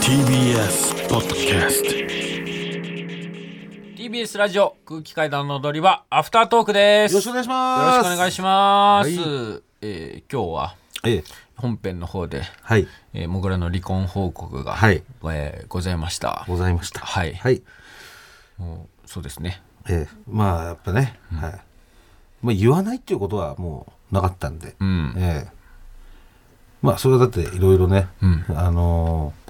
TBS ポッドキャスト TBS ラジオ空気階段の踊り場アフタートークですよろしくお願いしますよろしくお願いします、はえー今日はええ本編の方で、はいえー、もぐらの離婚報告が、はいえーございましたございましたはいはいもうそうですねええまあやっぱね、はいまあ言わないっていうことはもうなかったんで、んええまあそれはだっていろいろね、あのー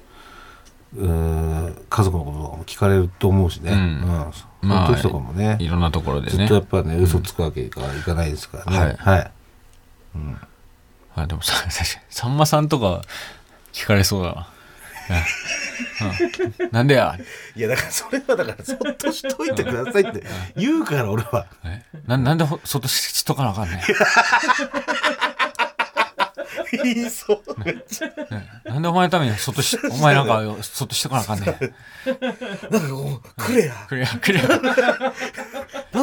うー家族のこととかも聞かれると思うしね、うんそまあの時とかもね、いろんなところでずねっとやっぱね嘘つくわけにはいかないですからね、はいはいあでもさ確かにさんまさんとか聞かれそうだなうんうんなんでやいやだからそれはだからそっとしといてくださいって言うから俺はえななんでほそっとししとかなあかんねん言いそう なんでお前のためにそっとし、お前なんかそっとしとかなあかんねん。なんかこうくれやクリア、クリア。な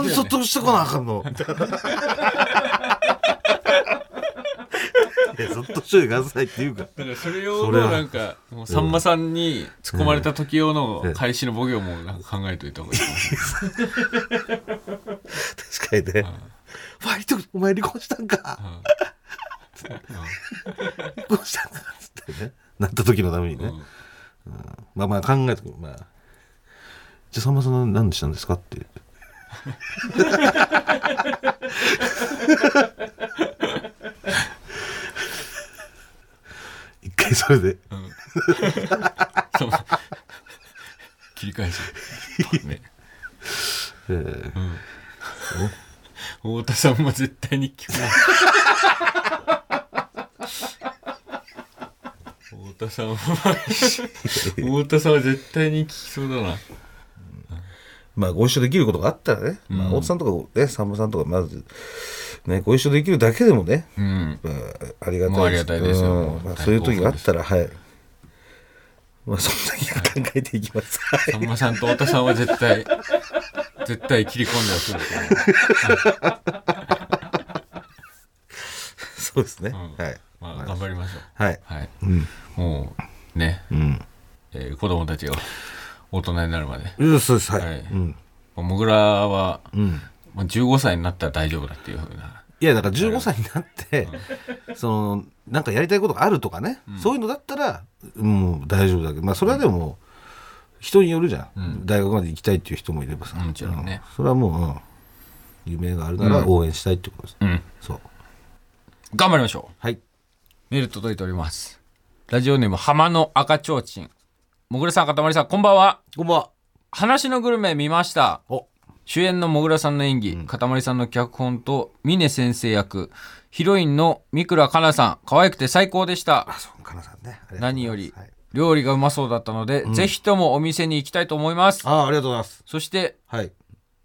んでそっとしとかなあか んのいやそっとしといてくださいっていうかだからそれ用それのはなんか、もうさんまさんに突っ込まれた時用のうん返しのボケをもうなんか考えといた方がいい。確かにねファイトお前離婚したんか離婚したんかっつってねなった時のためにね、うんまあまあ考えとくまあじゃあさんまさんは何でしたんです かって一回それでそう 切り返し。ねえー太田さんも絶対に聞くな。太田さんは、太田さんは絶対に聞きそうだな。まあ、ご一緒できることがあったらね、まあ、大津さんとか、ね、さんまさんとか、まず、ね、ご一緒できるだけでもね、うん。まあ、ありがもうあたいりがたいですようんもうまあ、大そういう時があったら、はい。まあ、そんなに考えていき ます。はいさんまさんと太田さんは絶対、絶対切り込んではくると思う。そうですね。んはい。まあ、頑張りましょう。はい。はい。うん。もう、ね、うん。えー子供たちが大人になるまで。まうんそうです。はい。はいうん。あもぐらは、うん。まあ、15歳になったら大丈夫だっていうふうな。いや、だから15歳になって、その、なんかやりたいことがあるとかね、そういうのだったら、もう大丈夫だけど、まあ、それはでも、人によるじゃん,、大学まで行きたいっていう人もいればさ。もちろんねうそれはもう、うん夢があるなら応援したいってことです。うん。そう。頑張りましょう。はい。メール届いております。ラジオネーム、浜の赤ちょうちん。もぐらさん、かたまりさん、こんばんは。こんばんは。話のグルメ見ました。お、主演のもぐらさんの演技、かたまりさんの脚本と、峰先生役、ヒロインの三倉かなさん、可愛くて最高でした。あ、そう、かなさんね。ありがとうございます何よりはい、料理がうまそうだったので、ぜひともお店に行きたいと思います。あ、ありがとうございます。そして、はい。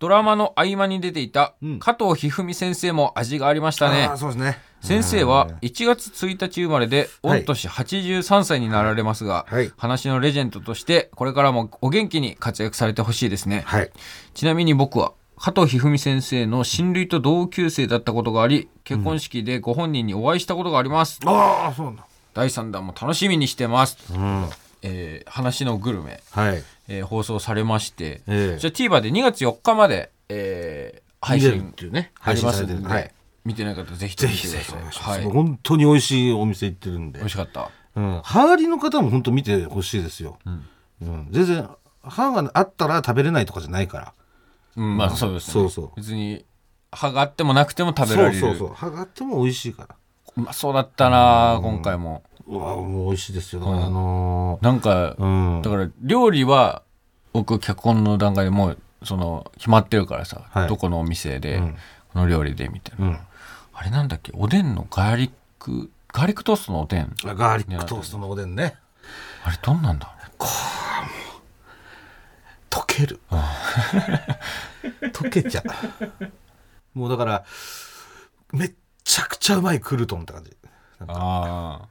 ドラマの合間に出ていたうん加藤一二三先生も味がありましたねあ、。そうですね。先生は1月1日生まれで、は御い年83歳になられますが、はい話のレジェンドとして、これからもお元気に活躍されてほしいですね。はい。ちなみに僕は加藤一二三先生の親類と同級生だったことがあり結婚式でご本人にお会いしたことがあります、ああ、そうなんだ。第3弾も楽しみにしてます、うん。えー話のグルメ、はい。えー放送されまして、ええじゃあ TVer で2月4日まで、えー配見れる信っていうねありますんで、配信されてるはい見てない方ぜひぜぜひひぜぜひひお願いしまはす。いもう本当に美味しいお店行ってるんで美味。しかったうん。ハーリの方も本当見てほしいですよ。うん。全然、歯があったら食べれないとかじゃないから。うんまあそうですねそうそう別に歯があってもなくても食べそられうるそうそう。歯があっても美味しいから。うまそうだったな今回もうわもう美味しいですよ。だからあのなんか、ーうん。だから料理は僕脚本の段階でもうその決まってるからさ、はいどこのお店で、この料理でみたいな、うんあれなんだっけおでんのガーリックガーリックトーストのおでんガーリックトーストのおでんね。あれどんなんだろうね溶ける溶けちゃうもうだからめっちゃくちゃうまいクルトンって感じなんかあー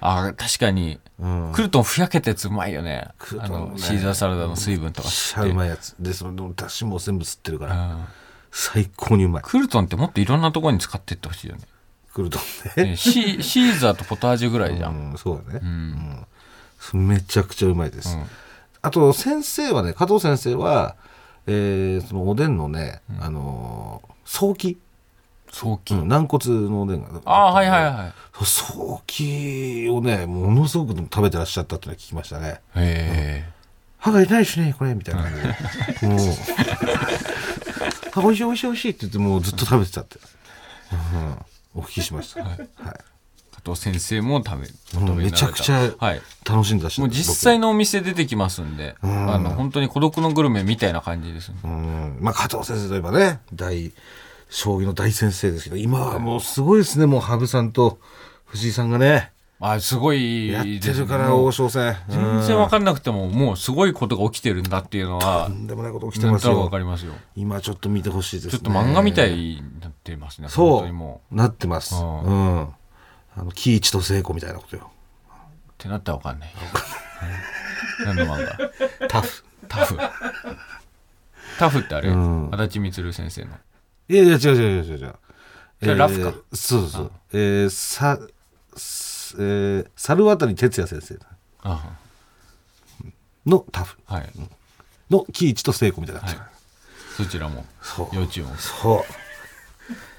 あー確かに、うんクルトンふやけたやつうまいよねクルあトンねのシーザーサラダの水分とかめっち吸ゃってうまいやつでそのだしも全部吸ってるからうん最高にうまいクルトンってもっといろんなところに使ってってほしいよね作るとね。ね シシーザーとポタージュぐらいじゃん。うん、そうだね、うん。うんめちゃくちゃうまいです。うんあと先生はね加藤先生は、えーそのおでんのね、あのー早期、早期う。ん軟骨のおでんがああ、はいはいはい。早期をねものすごく食べてらっしゃったっていうのは聞きましたねへえ。歯が痛いしねこれみたいな 感じでもうあおいしいおいしいおいしいって言ってもうずっと食べてたって、うん、お聞きしました、はい加藤先生も食べうん求めになられためちゃくちゃはい。楽しんでらっしゃもっうた実際のお店出てきますんで、んあの本当に孤独のグルメみたいな感じですね。うんまあ、加藤先生といえばね大将棋の大先生ですけど今はもうすごいですねもう羽生さんと藤井さんがねあ、すごいやっでてすねるから王将戦全然わかんなくても、もうすごいことが起きてるんだっていうのはと、んでもないこと起きてなまんすとなくわよかりますよ。今ちょっと見てほしいですねちょっと漫画みたいになってますね。本そ当にもうなってますううんんあの喜一と聖子みたいなことよう。ってなったらわかんない。何の漫画タフタフ。タフってあれ、ん足立光先生の。いやいや違う違う違う違うそれラフかえーそうそうそうえーさすえー猿渡哲也先生あのタフはい。の喜一と聖子みたいになってる、そちらも、そう幼稚園、そう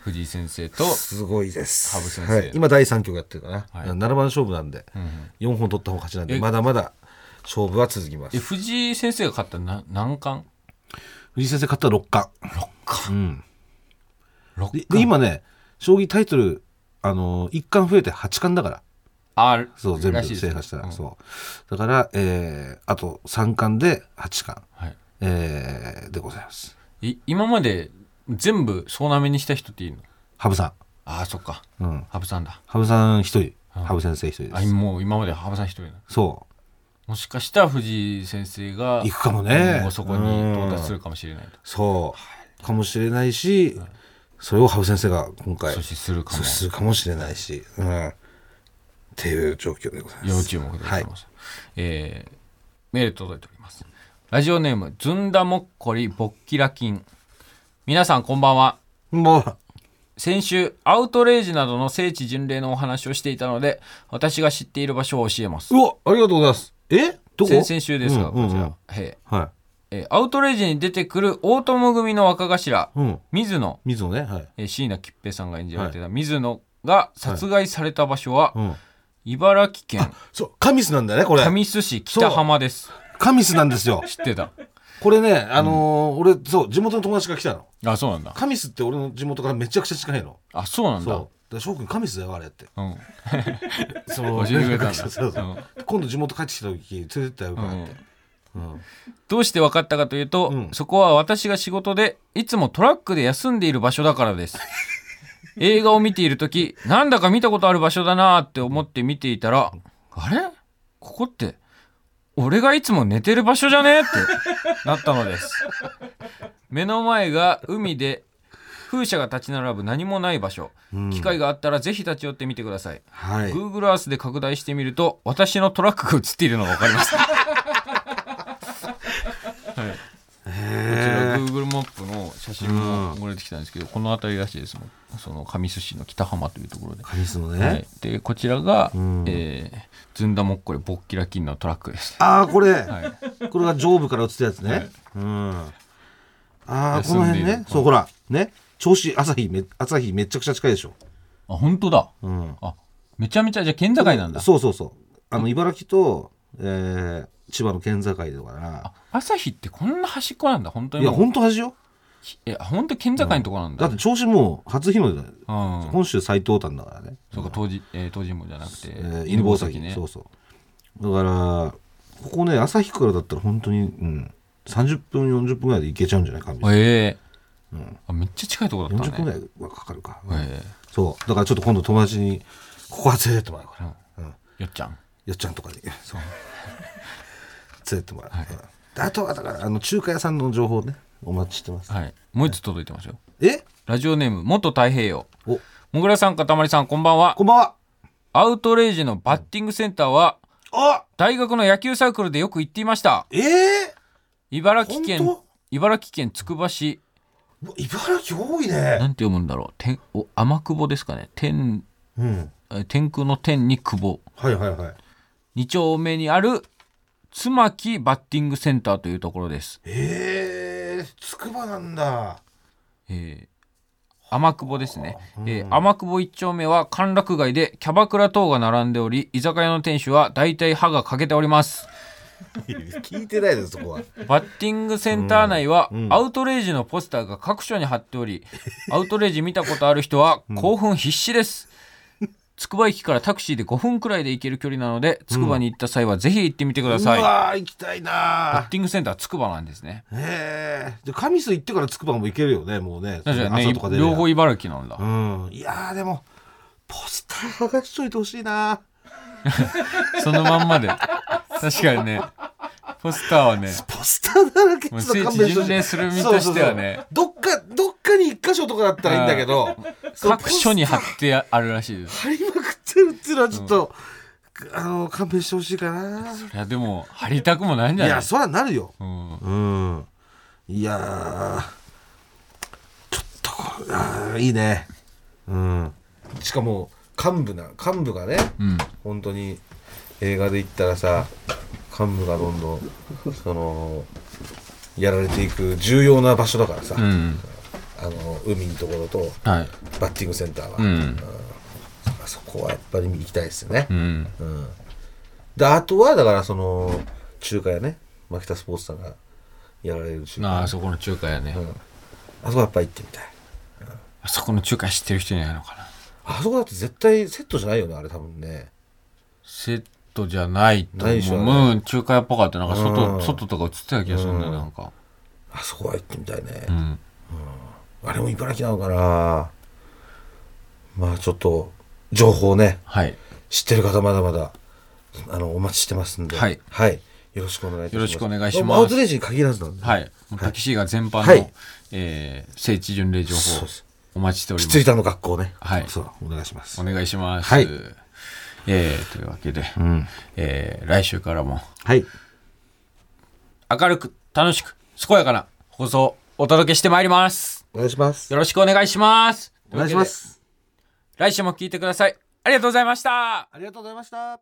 藤井先生と、すごいです。羽生先生はい、今第3局やってるかな、はい7番勝負なんで、うん4本取った方勝ちなんで、えまだまだ勝負は続きますえ、。藤井先生が勝ったな難関藤井先生勝ったら6冠。6冠。うん。六でで今ね、将棋タイトル、あのー、1冠増えて8冠だから。あそう、全部らしいです制ね覇したら。うんそう。だから、えー、あと3冠で8冠。はいえー、でございます。い今まで全部総なめにした人っていいの羽生さああそっかん。うん。羽生さんだ羽生さん1人。うん羽生先生1人であす。もう今まで羽生さん一人だそもしかしたら藤井先生がう。行くかもねもう。そこに到達するかもしれないとそうかもしれないし、それを羽生先生が今回阻止するか阻も止するかもしれないし、うん、っていう状況でございます。要注目でございます、えーメール届いておりますラジオネームずんだもっこりぼっきらきん皆さんこんばんはもう先週アウトレイジなどの聖地巡礼のお話をしていたので私が知っている場所を教えますうわありがとうございます。えどこ？先々週ですがうんうんうんこちらへはーえーアウトレイジに出てくる大友組の若頭い。うん。水野水野ね。はい。えー椎名桔平さんが演じられてた水野が殺害された場所はうん。茨城県そうカミスなんだよねこれ。神栖市北浜ですカミスなんで すよ。知ってたこれねあのー俺そう地元の友達が来たの。あそうなんだカミスって俺の地元からめちゃくちゃ近いの。あそうなんだそう。で翔くんカミスだよあれって。うんそ教うえてくれたんだそうそううん今度地元帰ってきた時連れてったようからっんて。うんどうして分かったかというと、うんそこは私が仕事でいつもトラックで休んでいる場所だからです 映画を見ている時なんだか見たことある場所だなーって思って見ていたらあれここって俺がいつも寝てる場所じゃねってなったのです目の前が海で風車が立ち並ぶ何もない場所、うん機会があったらぜひ立ち寄ってみてくださいはい Google Earth で拡大してみると私のトラックが映っているのが分かり ます、はいこちら Google マップの写真も漏れてきたんですけど、この辺りらしいですもんその神栖市の北浜というところで、カミスのね、はい、でこちらが、んえーずんだもっこりぼっきらきんのトラックですああこれ、はいこれが上部から映ったやつね、うんああこ休のんでい辺るねそうほらね銚子朝日め朝日めちゃくちゃ近いでしょ、あ本当だうん、あめちゃめちゃじゃあ県境なんだそうそうそうあの茨城と、えー千葉の県境だからあ朝日ってこんな端っこなんだ本当いにやもう本当端よひえ本当に県境のところなんだ,、だって銚子もう初日の出だよ、うん本州最東端だからね、そうか東尋、えー、東尋坊じゃなくて、えー犬吠埼ねそうそうだからここね朝日からだったら本当にうん30分40分ぐらいで行けちゃうんじゃないかみたいなええあめっちゃ近いところだった40分ねぐらいはかかるか、えそう。だからちょっと今度友達に、ここは連れてってもらうえかうら。うんん。よっちゃんよっちゃんとかに。 そう。連れてってもらう。うんであとはだから、あの、中華屋さんの情報ね、お待ちしてます。はいもう一つ届いてますよえラジオネーム元太平洋お、もぐらさんかたまりさんこんばんはこんばんは。アウトレイジのバッティングセンターはあ大学の野球サークルでよく行っていましたええ茨城県本茨城県つくば市ーうわ茨城多いなね。んて読むんだろう天お天久保ですかね天うん。えー天空の天に久保はいはいはい。 2丁目にある妻木バッティングセンターというところです、ええー、つくばなんだ。えー天久保ですね、えー天久保1丁目は歓楽街でキャバクラ等が並んでおり居酒屋の店主は大体歯が欠けております 聞いてないです、そこは。バッティングセンター内はアウトレイジのポスターが各所に貼ってお り、アウトレイジ見たことある人は興奮必至です。つくば駅からタクシーで5分くらいで行ける距離なので、つくばに行った際はぜひ行ってみてくだうさい。バわー、行きたいなッ。ティングセンターつくばなんですね。ええー。で、神栖行ってからつくばも行けるよね、もうね。確かに朝ねとかで、両方茨城なんだ。うん。いやー、でも、ポスター剥がしといてほしいな。そのまんまで。確かにね。ポスターはね。ポスターだらけちょっと勘もう弁して聖地巡礼する身としてはねそうそうそうどっか、どっかに一箇所とかだったらいいんだけど、そう各所に貼っポスてあるらしいです。ター貼りまくってるっていうのはちょっと、あの、勘弁してほしいかな。いや、でも、貼りたくもないんじゃいないや、そらなるよ。うん。うん。いやー、ちょっとこれ、あーいいね。うん。しかも、幹部な、幹部がね、うん。本当に映画で言ったらさ幹部がどんどんそのやられていく重要な場所だからさ、うん。あの海のところとはい。バッティングセンターは、うん。あそこはやっぱり行きたいですねう、ん。うんであとはだからその中華屋ね牧田スポーツさんがやられる中華あ屋あそこの中華やね、んあそこはやっぱ行ってみたいあそこの中華知ってる人いないのかなあそこだって絶対セットじゃないよねあれ多分ねセットじゃないとないでしょうね思う、うん中華屋っぽかったなんか外,、うん外とか映ってた気がするんだよ、なんかあそこは行ってみたいね、うんあれも茨城なのかなまあちょっと、情報ね、はい知ってる方まだまだ、あの、お待ちしてますんで。はいよろしくお願いいたします。よろしくお願いしますもうアウトレイジに限らずなんで。はいもうタキシーが全般の、はいえー聖地巡礼情そう報ですお待ちしておりまついすたの学校ね。はいそう、お願いしますお。願いします、はいえー、というわけで、んえー来週からもはい。明るく楽しく健やかな放送をお届けしてまいりますお願いします。よろしくお願いしますお願いします。来週も聞いてくださいありがとうございましたありがとうございました。